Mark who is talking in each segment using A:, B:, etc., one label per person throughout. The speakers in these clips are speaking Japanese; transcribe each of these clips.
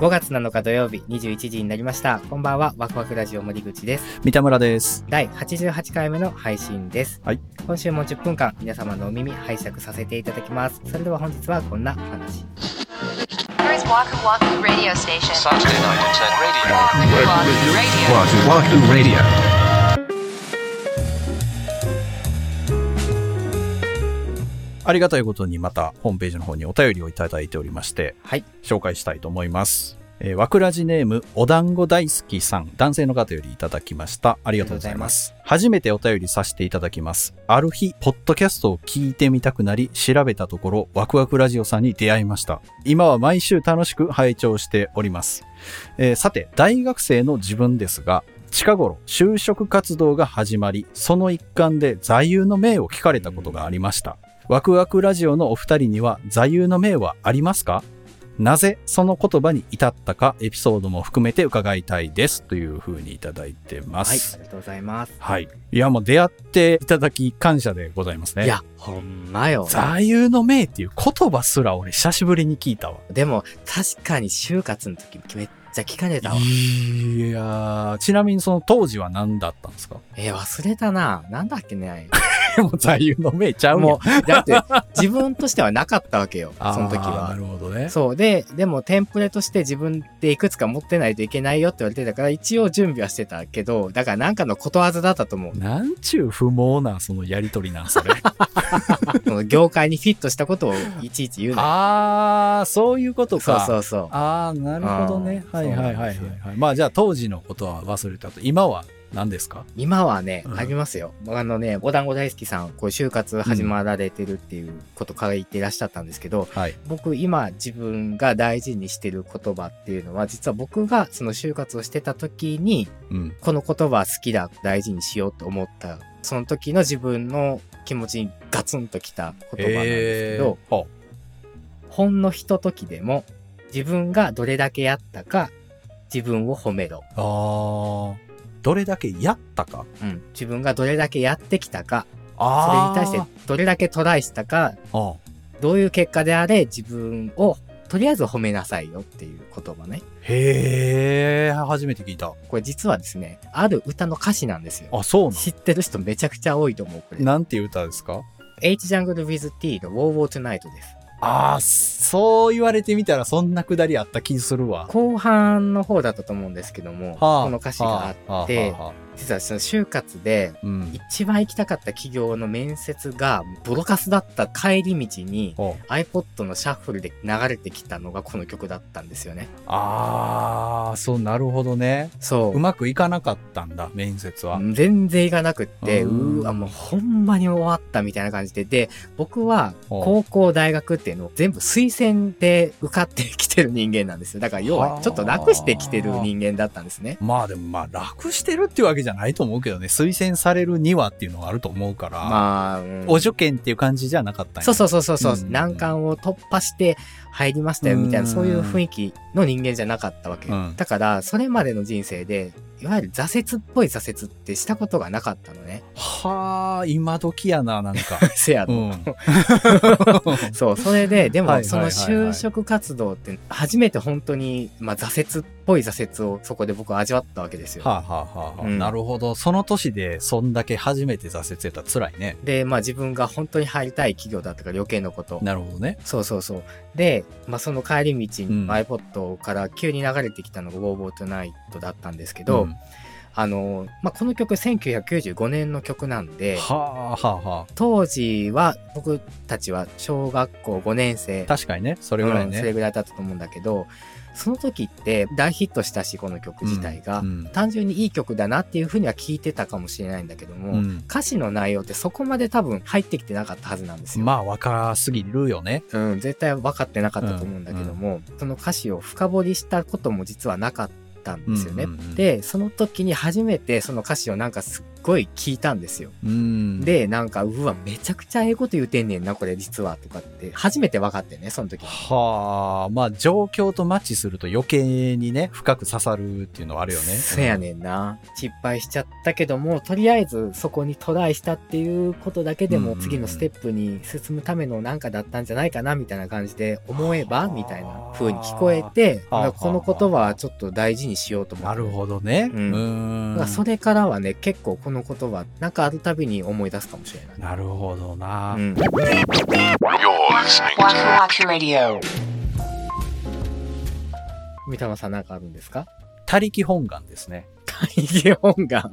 A: 5月7日土曜日21時になりました。こんばんは、ワクワクラジオ森口です。
B: 三田村です。
A: 第88回目の配信です。
B: はい
A: 今週も10分間、皆様のお耳拝借させていただきます。それでは本日はこんなお話。
C: Here is Waku Waku Radio Station.
D: Saturday night at radio.
C: Waku Waku Radio.
D: Waku Waku Radio.
B: ありがたいことにまたホームページの方にお便りをいただいておりまして、
A: はい
B: 紹介したいと思います。えー、わくらじネーム、お団子大好きさん、男性の方よりいただきました。ありがとうございます。初めてお便りさせていただきます。ある日、ポッドキャストを聞いてみたくなり、調べたところ、ワクワクラジオさんに出会いました。今は毎週楽しく拝聴しております。えーさて、大学生の自分ですが、近頃、就職活動が始まり、その一環で座右の銘を聞かれたことがありました。ワクワクラジオのお二人には座右の銘はありますかなぜその言葉に至ったかエピソードも含めて伺いたいですというふうにいただいてま
A: はい、あ
B: す。
A: りがとうございます。
B: はい。いや、もう出会っていただき感謝でございますね。
A: い、や、ほんまよ。
B: 座右の銘っていう言葉すら俺久しぶりに聞いたわ。
A: でも、確かに就活の時めっちゃ聞かれたわ。
B: いやー、ちなみにその当時は何だったんですか
A: えー、忘れたな。なんだっけね。
B: もう座右の銘ちゃうもん
A: もう、だって、自分としてはなかったわけよ。その時
B: あーな
A: は。
B: るほどね。。
A: そう。で、でも、テンプレとして自分でいくつか持ってないといけないよって言われてたから、一応準備はしてたけど、だからなんかのことわざだったと思う
B: なんちゅう不毛なそのやりとりなんそれ。
A: その業界にフィットしたことをいちいち言うな。
B: あー、そういうこと
A: そう
B: か。
A: そうそう。
B: あー、なるほどね。
A: あー
B: はいはいはい
A: そうなん
B: はい。まあじゃあ当時のことは忘れたと。今は何ですか
A: 今はね、
B: うん
A: ありますよ。あのね、お団子大好きさん、こう、就活始まられてるっていうことから言っていらっしゃったんですけど、
B: はい。
A: 僕今自分が大事にしてる言葉っていうのは実は僕がその就活をしてた時に
B: うん。
A: この言葉好きだ大事にしようと思ったその時の自分の気持ちにガツンときた言葉なんですけど、
B: えーほ
A: ほんのひと時でも自分がどれだけやったか自分を褒めろ、
B: うあー、どれだけやったか。
A: うん、自分がどれだけやってきたかそれ
B: あ
A: に
B: ー
A: 対してどれだけトライしたか
B: あ
A: どういう結果であれ自分をとりあえず褒めなさいよっていう言葉ね
B: へー、初めて聞いた。
A: これ実はですね、ある歌の歌詞なんですよ。
B: あ、そうなの
A: 知ってる人めちゃくちゃ多いと思う、これ。
B: なんていう歌ですか
A: H ジャングル with T の War War Tonight です。
B: ああ、そう言われてみたらそんなくだりあった気するわ。
A: 後半の方だったと思うんですけども、
B: はあ
A: この歌詞があって、実はその就活で
B: うん。
A: 一番行きたかった企業の面接がボロカスだった帰り道に、
B: ほう
A: iPod のシャッフルで流れてきたのがこの曲だったんですよね。
B: ああ、そう、なるほどね。
A: そう
B: う。まくいかなかったんだ、面接は。
A: 全然いかなくって、
B: うん
A: うーわ、もうほんまに終わったみたいな感じで。で、僕は
B: お
A: 高校、大学っていうのを全部推薦で受かってきてる人間なんですよ。だから要
B: は
A: は
B: あ
A: ちょっと楽してきてる人間だったんですね。
B: まあでもまあ楽してるっていうわけじゃないと思うけどね、推薦されるにはっていうのはあると思うから、
A: まあ、うん
B: お受験っていう感じじゃなかったんや
A: そうそうそうそうそう、
B: うん
A: 難関を突破して入りましたよみたいな、
B: うん
A: そういう雰囲気の人間じゃなかったわけよ、
B: うん
A: だから、それまでの人生で、いわゆる挫折っぽい挫折ってしたことがなかったのね。
B: はあ、今時やな、なんか。
A: せや
B: う
A: の。
B: ん。
A: そう、それ で、で
B: はいは
A: も、
B: い
A: そ
B: はいは
A: の
B: い
A: 就職活動って、初めて本当に、まあ、挫折っぽい挫折をそこで僕は味わったわけですよ。
B: はあはあはあ、
A: うん
B: なるほど。その年でそんだけ初めて挫折やったら辛いね。
A: で、まあ、自分が本当に入りたい企業だったから余計なこと。
B: なるほどね。
A: そうそうそう。で、まあ、その帰り道に
B: うん
A: iPod から急に流れてきたのが w o w o t o n i g h t だったんですけど、
B: うん
A: あの、まあ、この曲1995年の曲なんで、
B: はあはあはあ。
A: 当時は僕たちは小学校5年生
B: 確かにね、それぐらい
A: うん
B: ね。
A: それぐらいだったと思うんだけどその時って大ヒットしたしこの曲自体が、
B: うんうん
A: 単純にいい曲だなっていうふうには聞いてたかもしれないんだけども、
B: うん
A: 歌詞の内容ってそこまで多分入ってきてなかったはずなんですよ、
B: まあ若すぎるよね。
A: うん、絶対分かってなかったと思うんだけども、その歌詞を深掘りしたことも実はなかったんですよね、
B: うんうんうん
A: でその時に初めてその歌詞をなんかすっごい聞いたんですよ。
B: うん、
A: で、なんか、うわ、めちゃくちゃええこと言うてんねんな、これ実は、とかって、初めて分かってね、その時に。
B: はあまあ状況とマッチすると余計にね深く刺さるっていうのはあるよね
A: そやねんな。失敗しちゃったけども、とりあえずそこにトライしたっていうことだけで
B: う
A: も、
B: ん
A: 次のステップに進むためのなんかだったんじゃないかな、みたいな感じで、思えば、みたいな風に聞こえて、
B: はあはあ
A: なんかこの言葉はちょっと大事にしようと思って。
B: なるほどね
A: うん
B: うん
A: だからそれからはね、結構この言葉、なんかあるたびに思い出すかもしれない。
B: なるほどな、
A: うん、
D: You're listening
C: Waku
D: to
C: Waku Radio.
A: 三玉さんなんかあるんです か
B: 他力本願ですね
A: 大義本願。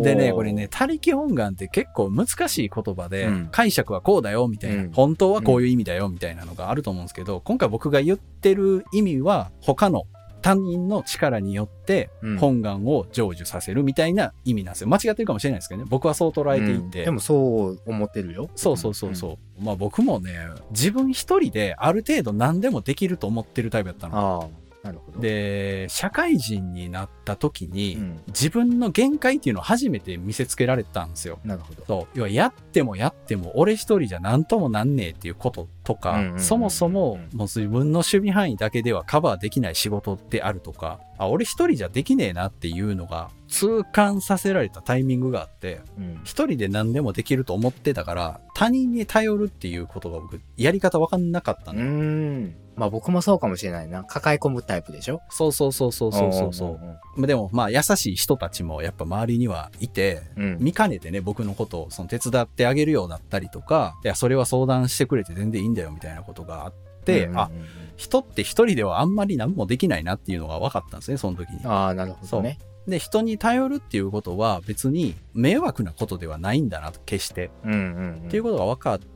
B: でね
A: おー
B: これ。ね他力本願って結構難しい言葉で、
A: うん
B: 解釈はこうだよみたいな、
A: うん
B: 本当はこういう意味だよみたいなのがあると思うんですけど今回僕が言ってる意味は他の他人の力によって
A: うん
B: 本願を成就させるみたいな意味なんですよ間違ってるかもしれないですけどね僕はそう捉えていて、
A: うんでもそう思ってるよ。
B: そうそうそうそう。まあ僕もね、自分一人である程度何でもできると思ってるタイプだったの。
A: ああ、なるほど。、
B: で、社会人になった時に、
A: うん、
B: 自分の限界っていうのを初めて見せつけられたんですよ。
A: なるほど。
B: そう。要はやってもやっても俺一人じゃ何ともなんねえっていうこととか、
A: うんうんうん
B: そもそももう自分の守備範囲だけではカバーできない仕事であるとか、あ、俺一人じゃできねえなっていうのが痛感させられたタイミングがあって、
A: うん、
B: 一人で何でもできると思ってたから、他人に頼るっていうことが僕、やり方わかんなかった
A: う
B: の。
A: ーん。まあ僕もそうかもしれないな。抱え込むタイプでしょ
B: そうそうそうそうそうそうそ
A: んん
B: う。でも、まあ、優しい人たちもやっぱ周りにはいて、
A: うん。うん
B: 見かねてね、僕のことをその手伝ってあげるようだったりとか、いや、それは相談してくれて全然いいんだよみたいなことがあって、
A: うんうんうん
B: あ、人って一人ではあんまり何もできないなっていうのが分かったんですね、その時に。
A: ああ、なるほどね。
B: で、人に頼るっていうことは別に迷惑なことではないんだなと、決して。
A: うんうん、うん。
B: っていうことが分かって、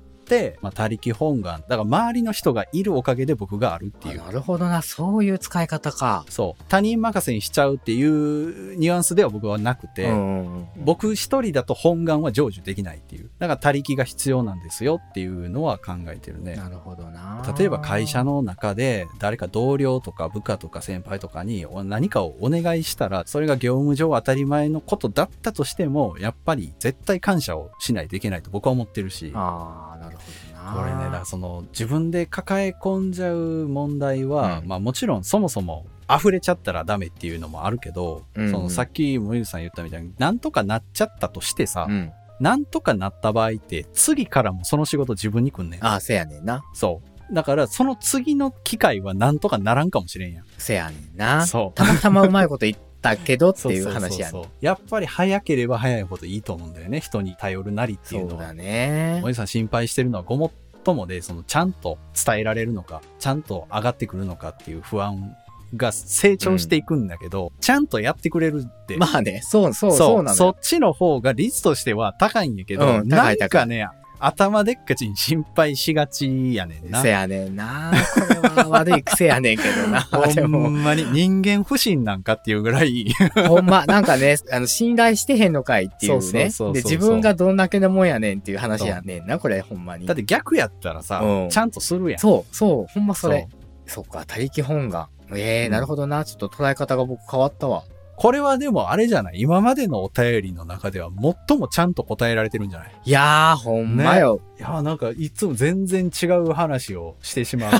B: まあ、他力本願。だから周りの人がいるおかげで僕があるっていう
A: あ。なるほどな。そういう使い方か。
B: そう。他人任せにしちゃうっていうニュアンスでは僕はなくて、
A: うんうんうん、
B: 僕一人だと本願は成就できないっていう。だから他力が必要なんですよっていうのは考えてるね。
A: なるほどな。
B: 例えば会社
A: の。
B: の中で誰か同僚とか部下とか先輩とかにお何かをお願いしたらそれが業務上当たり前のことだったとしてもやっぱり絶対感謝をしないといけないと僕は思ってるし
A: ああ、なるほどな。
B: これねだからその自分で抱え込んじゃう問題は、
A: うん
B: まあもちろんそもそも溢れちゃったらダメっていうのもあるけど、
A: うんうん
B: そのさっき森口さん言ったみたいになんとかなっちゃったとしてさ、
A: うん。
B: なんとかなった場合って次からもその仕事自分に来んねん
A: ああ、せやねんな。
B: そうだからその次の機会はなんとかならんかもしれんやん
A: せやねんな。
B: そう
A: たまたまうまいこと言ったけどっていう
B: そうそうそう
A: 話や
B: そ
A: ね
B: うやっぱり早ければ早いほどいいと思うんだよね人に頼るなりってい
A: そうう
B: のは
A: だね
B: お。じさん心配してるのはごもっともで、そのちゃんと伝えられるのか、ちゃんと上がってくるのかっていう不安が成長していくんだけど、ちゃんとやってくれるって。
A: まあね、そうそうそうなの
B: そ
A: よ。
B: っちの方が率としては高いんやけど、
A: うん
B: な
A: 高
B: ん
A: い
B: かね、頭でっかちに心配しがちやね んな
A: せ。やねんな。これは悪い癖やねんけどな。
B: ほ
A: でも、
B: んまに人間不信なんかっていうぐらい、
A: ほんま、なんかね、あの、信頼してへんのかいってい
B: そう
A: う
B: そう
A: ね。
B: そうそう
A: で、自分がどんだけのもんやねんっていう話やねんな、これ、ほんまに
B: だっ。て逆やったらさ、
A: うん
B: ちゃんとするやん。
A: そう、そう、ほんまそれ
B: そ。
A: そっか、他力本願。ええ
B: う
A: ー、
B: ん
A: なるほどな。ちょっと捉え方が僕変わったわ。
B: これはでもあれじゃない今までのお便りの中では最もちゃんと答えられてるんじゃない
A: いやー、ほんまよ。
B: いやーなんかいつも全然違う話をしてしまう。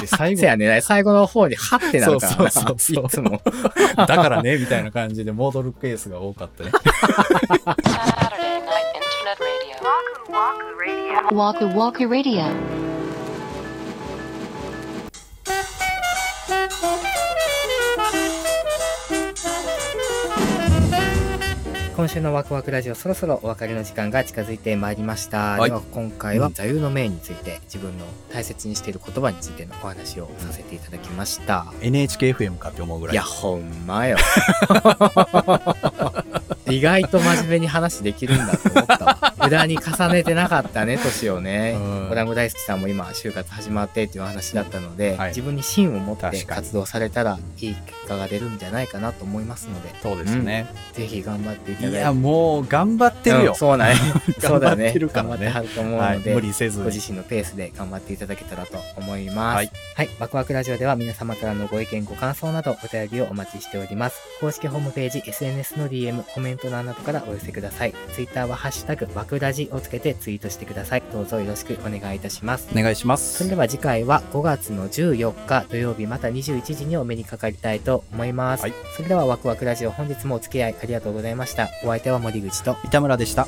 B: で最 後
A: せやねん最後の方に、はってなるからな。
B: そうそうそうそう
A: いつも。
B: だからねみたいな感じで戻るケースが多かっ たね。
C: Saturday Night Internet Radio. Waku Waku Radio.
A: 今週のワクワクラジオ、そろそろお別れの時間が近づいてまいりました。
B: はい
A: では、今回は
B: うん
A: 座右の銘について、自分の大切にしている言葉についてのお話をさせていただきました。
B: NHKFM かって思うぐらい。
A: いや、ほんまよ。 意外と真面目に話できるんだと思ったわ。無駄に重ねてなかったね、年をね
B: うん。
A: お団子大好きさんも今、就活始まってっていうお話だったので、
B: はい
A: 自分に芯を持っ
B: 確
A: て
B: かに
A: 活動されたら、いい結果が出るんじゃないかなと思いますので、
B: そうですね。
A: ぜひ頑張っていただい
B: い
A: て。
B: や、もう頑張ってる
A: う
B: よ
A: ん。そうなんやそうだ
B: 頑張
A: ね。
B: ってるから
A: 頑
B: ね
A: 張ってはると思う
B: はい、
A: ので、
B: 無理せず
A: ご
B: に。
A: 自身のペースで頑張っていただけたらと思います。
B: は
A: はいい。ワクワクラジオでは皆様からのご意見、ご感想などお便りをお待ちしております。公式ホームページ、SNS の DM、コメント欄などからお寄せください。Twitter はハッシュタグ、ワクラジをつけてツイートしてください。どうぞよろしくお願いいたします。
B: お願いしま
A: そ
B: す
A: れで。は次回は5月の14日土曜日また21時にお目にかかりたいと思います。
B: はい
A: それではワクワクラジオ本日もお付き合いありがとうございました。お相手は森口と
B: 板村でした。